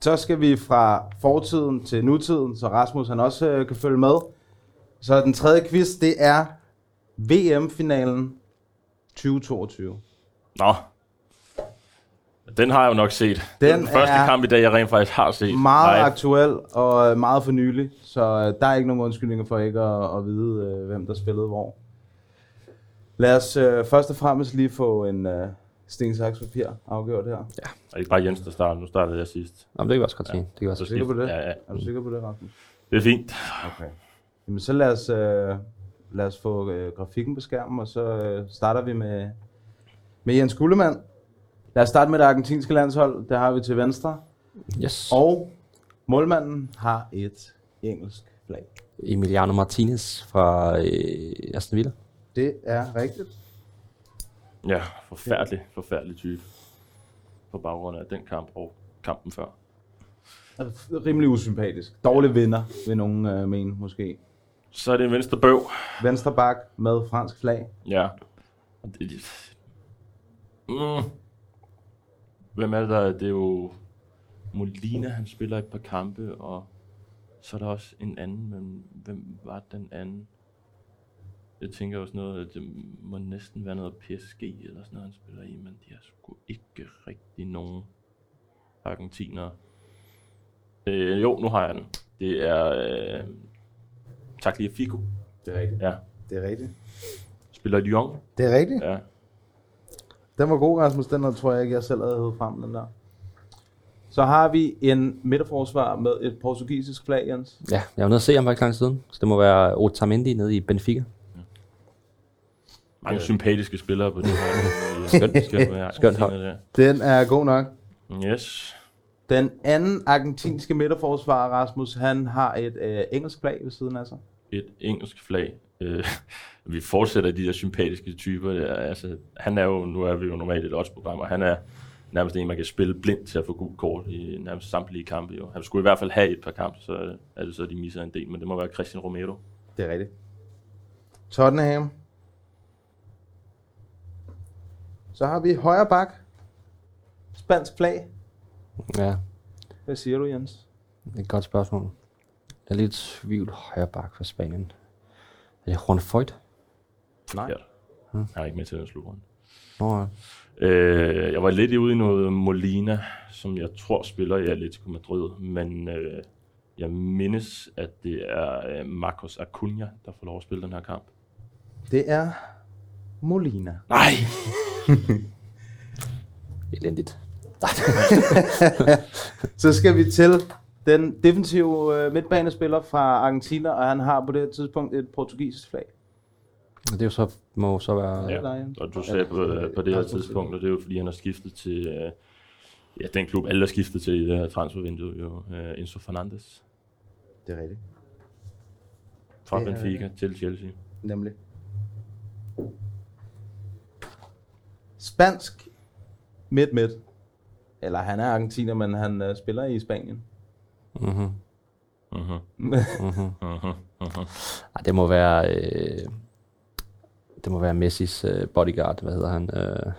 Så skal vi fra fortiden til nutiden, så Rasmus han også øh, kan følge med. Så den tredje quiz, det er VM-finalen 2022. Nå. Den har jeg jo nok set. Den det er Den den første er kamp i dag, jeg rent faktisk har set. Meget Nej. aktuel og øh, meget for nylig, så øh, der er ikke nogen undskyldninger for ikke at, at vide, øh, hvem der spillede hvor. Lad os øh, først og fremmest lige få en øh, sten, saks, papir afgjort her. Og ikke bare Jens, der starter. Nu startede jeg sidst. Nå, men det kan vi også godt sige. Det kan vi også Så Er du sikker på det? skift- Ja, ja. Er du sikker på det, Rasmus? Det er fint. Okay. Jamen, så lad os, øh, lad os få øh, grafikken på skærmen, og så øh, starter vi med, med Jens Gullemann. Lad os starte med det argentinske landshold. Der har vi til venstre. Yes. Og Og målmanden har et engelsk flag. Emiliano Martinez fra øh, Aston Villa. Det er rigtigt. Ja, forfærdelig, forfærdelig type. På baggrund af den kamp og kampen før. Altså, Rimelig usympatisk. Dårlig vinder, vil nogen øh, mene måske. Så er det en venstre bøv. Venstre bak med fransk flag. Ja. Og det- Mm. Hvem er det der? Det er jo Molina, han spiller et par kampe, og så er der også en anden, men hvem var den anden? Jeg tænker også noget, at det må næsten være noget PSG eller sådan noget, han spiller i, men de har sgu ikke rigtig nogen argentinere. Øh, jo, nu har jeg den. Det er øh, Tagliafico. Det er rigtigt. Ja. Det er rigtigt. Spiller i Lyon. Det er rigtigt. Ja. Den var god, Rasmus. Den her, tror jeg ikke, jeg selv havde hævet frem, den der. Så har vi en midterforsvar med et portugisisk flag, Jens. Ja, jeg var nede og se ham for ikke lang tid siden, så det må være Otamendi nede i Benfica. Mange sympatiske spillere på det her. skønt, skønt, ja. Skønt hold. Det Den er god nok. der. Yes. Den anden argentinske midterforsvar, Rasmus, han har et øh, engelsk flag ved siden af sig. Et engelsk flag. Øh, vi fortsætter de der sympatiske typer. Der. Altså, han er jo, nu er vi jo normalt et oddsprogram, og han er nærmest en, man kan spille blindt til at få gult kort i nærmest samtlige kampe. Jo. Han skulle i hvert fald have et par kampe, så er det så, de misser en del, men det må være Christian Romero. Det er rigtigt. Tottenham. Så har vi højre bak. Spansk flag. Ja, Hvad siger du, Jens? et godt spørgsmål. Jeg er lidt i tvivl højre bak for Spanien. Er det Juan Foyt? Nej. Forkert. Han er ikke med til den slutrunde. Nå, ja. Øh, jeg var lidt ude i noget Molina, som jeg tror spiller i Atletico Madrid, men øh, jeg mindes, at det er øh, Marcos Acuna, der får lov at spille den her kamp. Det er Molina. Nej! elendigt. Så skal vi til den defensive øh, midtbanespiller fra Argentina, og han har på det her tidspunkt et portugisisk flag. Det er jo så, må jo så være... Ja. nej. Ja. Og du sagde på, øh, på det her tidspunkt, og det er jo fordi, han har skiftet til øh, ja, den klub, alle har skiftet til i det her transfervindue, jo, øh, Enzo Fernandes Det er rigtigt. fra Det er- Benfica til Chelsea. Nemlig. Spansk midt-midt. Eller han er argentiner, men han øh, spiller i Spanien. Mm-hmm. Mhm, mhm, mhm. Ej, det må være... Øh, det må være Messis øh, bodyguard, hvad hedder han? Øh,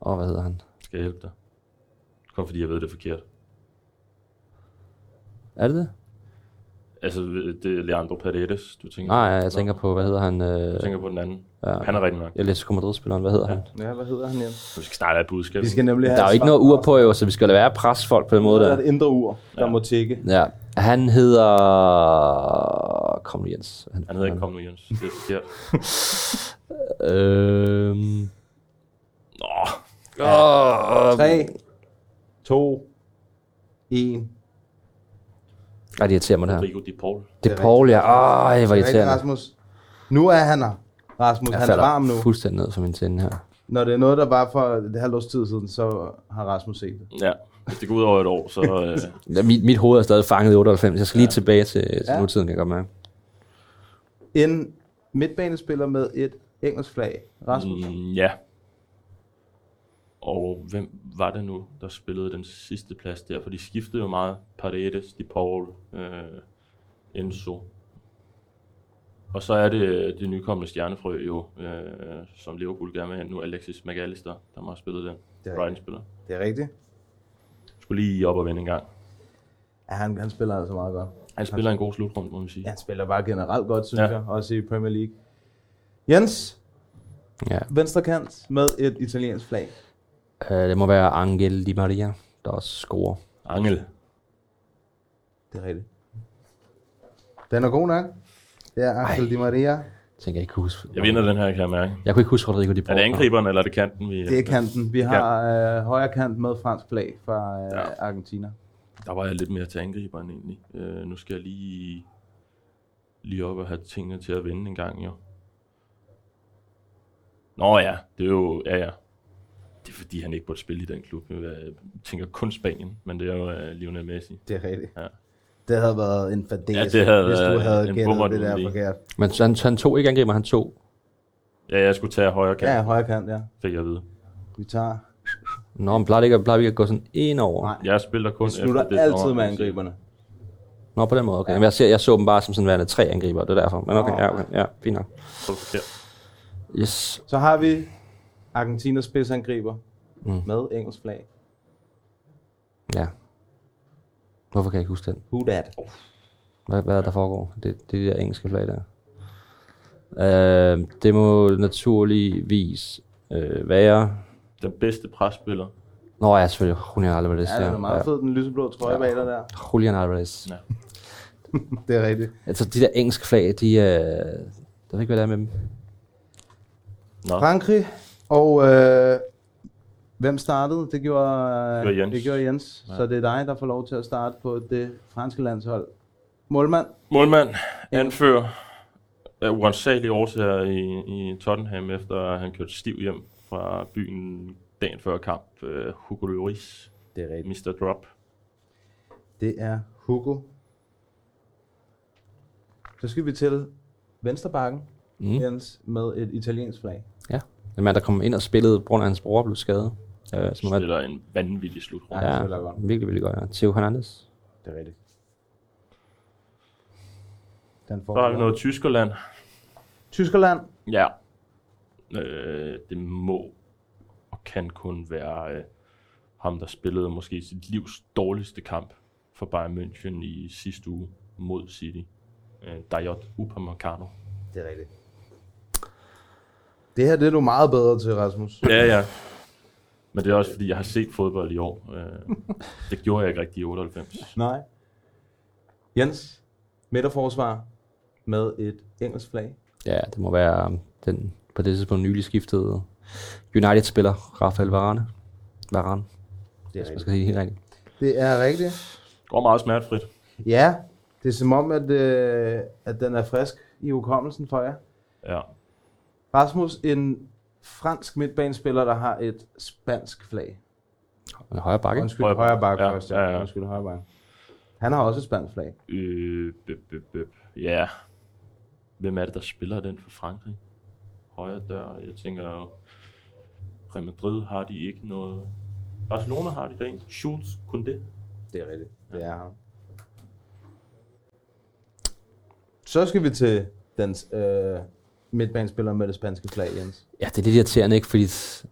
og hvad hedder han? Skal jeg hjælpe dig? Kun fordi jeg ved det er forkert. Er det det? Altså, det er Leandro Paredes, du tænker Nej, jeg Nå. tænker på, hvad hedder han? Øh, Jeg tænker på den anden. Ja. Ja. Han er rigtig nok. Atletico Madrid-spilleren, hvad hedder han? Ja, altså hvad hedder han igen? Vi skal snart have et budskab. Vi skal nemlig have Der er jo et ikke svar. noget ur på, jo, så vi skal lade være at presse folk på den måde Der er der. et indre ur, der Ja. må tække. Ja. Han hedder... Kom nu, Jens. Han, Han hedder ikke Kom nu, Jens. Det er forkert. Øhm... Nå, Åh, 3, 2, 1. Ej, det irriterer mig det her. Rico Di Paul. Det er Paul, ja. Ej, hvor Rigtigt, irriterende. Rasmus. Nu er han her. Rasmus, Jeg han er varm nu. fuldstændig ned for min tænde her. Når det er noget, der var for et halvt års tid siden, så har Rasmus set det. Ja, hvis det går ud over et år, så... Øh, Ja, Mit, mit hoved er stadig fanget i 98. Jeg skal lige tilbage til, til Ja. ja. nutiden, kan jeg godt mærke. En midtbanespiller med et engelsk flag. Rasmus. Mm. mm, ja. Og hvem var det nu, der spillede den sidste plads der? For de skiftede jo meget. Paredes, Di Paul, øh, Enzo. Og så er det det nykommende stjernefrø jo, øh, som Liverpool gerne vil have nu, Alexis McAllister, der har spillet den. Det er Brighton spiller. Det er rigtigt. Skulle lige op og vende en gang. Ja, han, han spiller altså meget godt. Han spiller en god slutrunde, må man sige. Ja, han spiller bare generelt godt, synes ja. Ja. jeg, også i Premier League. Jens, Ja. venstre kant med et italiensk flag. Øh, det må være Angel Di Maria, der også scorer. Angel. Det er rigtigt. Den er god nok. Det er Axel Di Maria. Jeg tænker, jeg ikke kunne huske. Jeg vinder den her, kan jeg mærke. Jeg kunne ikke huske Rodrigo Di Er Borgia. det angriberen, eller er det kanten? Vi, Det er kanten. Vi har øh, højre kant med fransk flag fra øh, ja. Ja. Argentina. Der var jeg lidt mere til angriberen egentlig. Øh, nu skal jeg lige, lige op og have tingene til at vende en gang, jo. Nå ja, det er jo... Ja, ja. Det er fordi, han ikke burde spille i den klub. Jeg tænker kun Spanien, men det er jo uh, Lionel Messi. Det er rigtigt. Ja. Det havde været en fadese, Ja, det havde hvis du været havde en gættet bommert det der lige. forkert. Men så han, så han tog ikke angriber, han tog... Ja, jeg skulle tage højre kant, Ja, ja. højre kant, ja. fik jeg at vide. Vi tager... Nå, men plejer det ikke, plejer vi ikke at gå sådan ind over? Nej. Jeg spiller kun Vi slutter efter det, altid dommer med siger. angriberne. Nå, på den måde, okay. Jamen, jeg, ser, jeg så dem bare som sådan værende tre angriber, det er derfor. Men okay, Nå. ja, okay. Ja, fint nok. Så er det forkert. Yes. Så har vi Argentinas spidsangriber Mm. med engelsk flag. Ja. Hvorfor kan jeg ikke huske den? Who that? Hvad, hvad er der foregår? Det, det er de der engelske flag der. Øh, det må naturligvis øh, være... Den bedste presspiller. Nå ja, selvfølgelig. Julian Alvarez. Ja, den er meget fed, den lyseblå trøje Ja. bag dig der. Julian Alvarez. Ja. Det er rigtigt. Altså, de der engelske flag, de er... Øh, jeg ved ikke, hvad det er med dem. Nå, Frankrig, og øh, hvem startede? Det gjorde, Det gjorde Jens. Det gjorde Jens. Ja. Så det er dig, der får lov til at starte på det franske landshold. Målmand, Målmand anfører af uansagelige årsager i, i Tottenham, efter at han kørte stiv hjem fra byen dagen før kamp. Uh, Hugo Lloris, Det er rigtigt. Mr. Drop. Det er Hugo. Så skal vi til venstrebakken, mm. Mm. Jens, med et italiensk flag. Ja. Den mand, der kom ind og spillede, på grund af at hans bror blev skadet. Øh, som var, Spiller en vanvittig slutrunde. Ja, ja, det spiller godt. virkelig, virkelig godt. Ja. Theo Hernandez. Det er rigtigt. Den får Så har vi vi. noget Tyskerland. Tyskerland. Ja. Øh, det må og kan kun være øh, ham, der spillede måske sit livs dårligste kamp for Bayern München i sidste uge mod City. Øh, Dayot Upamecano. Det er rigtigt. Det her det er du meget bedre til, Rasmus. Ja, ja. Men det er også fordi, jeg har set fodbold i år. Øh, det gjorde jeg ikke rigtig i 98. Nej. Jens, midterforsvar med et engelsk flag. Ja, det må være um, den på det tidspunkt nylig skiftede United-spiller Rafael Varane. Varane, Det hvis man skal sige det helt rigtigt. Det er rigtigt. Går meget smertefrit. Ja, det er som om, at, øh, at den er frisk i hukommelsen for jer. Ja. Rasmus, en fransk midtbanespiller, der har et spansk flag. En højre bakke. Undskyld, højre, Højre- højre bakke ja, først. ja, ja. Undskyld, højre bakke. Han har også et spansk flag. Øh, bøb, bøb, bøb. Ja. Hvem er det, der spiller den for Frankrig? Højre dør. Jeg tænker, Real Madrid har de ikke noget. Barcelona har de da en. Schultz, kun det. Det er rigtigt. Det er ham. Så skal vi til dens øh, midtbanespiller med det spanske flag, Jens. Ja, det er lidt irriterende, ikke? Fordi s-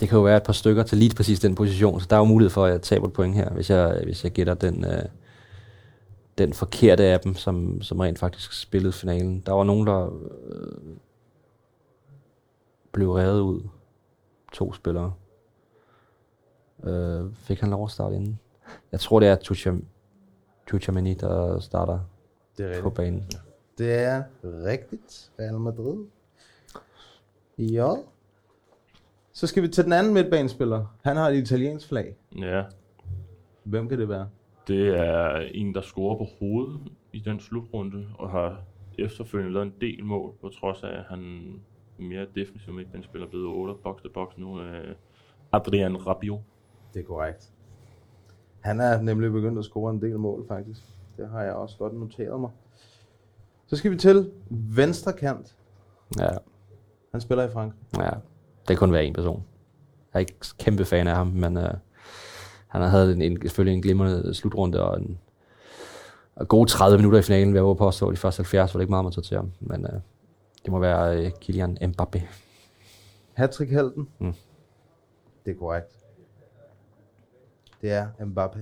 det kan jo være et par stykker til lige præcis den position, så der er jo mulighed for, at jeg taber et point her, hvis jeg, hvis jeg gætter den, øh, den forkerte af dem, som, som rent faktisk spillede finalen. Der var nogen, der øh, blev revet ud. To spillere. Øh, fik han lov at starte inden? Jeg tror, det er Tucham- Tuchamani, der starter Det er på banen. Det er rigtigt. Real Madrid. Ja. Så skal vi til den anden midtbanespiller. Han har et italiensk flag. Ja. Hvem kan det være? Det er en, der scorer på hovedet i den slutrunde, og har efterfølgende lavet en del mål, på trods af, at han mere defensiv midtbanespiller er blevet 8 box to box nu. Øh, Adrian Rabiot. Det er korrekt. Han er nemlig begyndt at score en del mål, faktisk. Det har jeg også godt noteret mig. Så skal vi til venstre kant. Ja, Han spiller i Frankrig. Ja, det kan kun være en person. Jeg er ikke kæmpe fan af ham, men øh, han havde en, en, selvfølgelig en glimrende slutrunde og en og gode 30 minutter i finalen, vil jeg våge at påstå. De første 70 var det ikke meget, man tog til ham, men øh, det må være øh, Kylian Mbappé. Hattrick helten Mm. Det er korrekt. Det er Mbappé.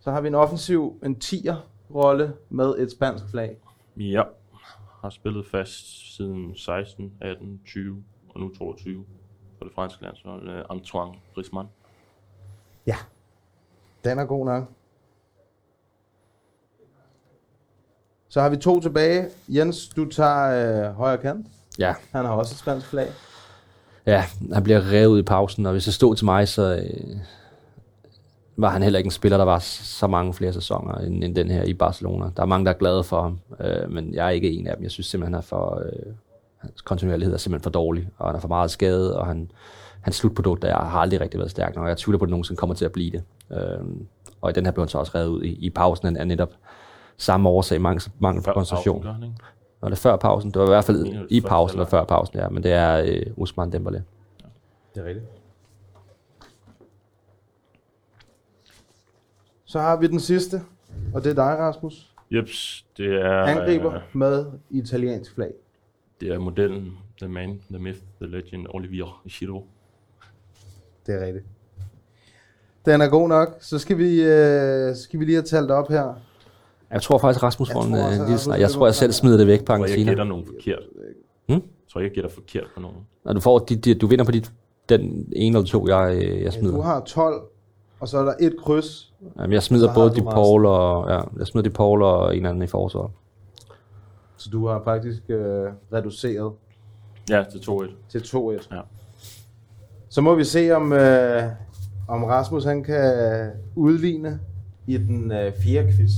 Så har vi en offensiv, en 10'er rolle med et spansk flag. Ja. Har spillet fast siden 16, 18, 20 og nu 22 for det franske landshold. øh, Antoine Griezmann. Den er god nok. Så har vi to tilbage. Jens, du tager øh, højre kant. Ja, Han har også et spansk flag. ja, han bliver revet i pausen, og hvis det stod til mig, så øh, var han heller ikke en spiller, der var s- så mange flere sæsoner end, end den her i Barcelona. Der er mange, der er glade for ham, øh, men jeg er ikke en af dem. Jeg synes simpelthen, han er for... Øh, hans kontinuerlighed er simpelthen for dårlig, og han er for meget skadet, og han, hans slutprodukt er, har aldrig rigtig været stærkt nok, og jeg tvivler på, at det nogensinde kommer til at blive det. Øh, og i den her blev han så også revet ud i, i pausen af netop samme årsag, mangel, mangel på Før koncentration. pausen, gør han, ikke? Var det før pausen? Det var i hvert Det er fald jo i først pausen, eller halvleg. før pausen, ja. Men det er øh, Usman Dembélé. Det er rigtigt. Så har vi den sidste, og det er dig, Rasmus. Jeps, det er... Angriber øh, med italiensk flag. Det er modellen, the man, the myth, the legend, Olivier Giroud. Det er rigtigt. Den er god nok. Så skal vi, øh, så skal vi lige have talt op her. Jeg tror faktisk, Rasmus Jeg får en tror også, at øh, lille Rasmus snak. Jeg vil tror, jeg gå selv frem. smider det væk på Jeg tror, jeg gætter Argentina. nogen forkert. Hmm? Jeg tror, jeg gætter forkert på nogen. Når du, får de, de, du vinder på dit, den ene eller to, jeg, øh, jeg Du smider. har 12, og så er der et kryds. Jamen, jeg så smider har både du de Paul og, ja, jeg smider de Paul og en eller anden i forsvaret. Så du har faktisk øh, reduceret Ja, det tog et. til 2-1. Ja. Så må vi se, om, øh, om Rasmus han kan udligne i den øh, fjerde quiz.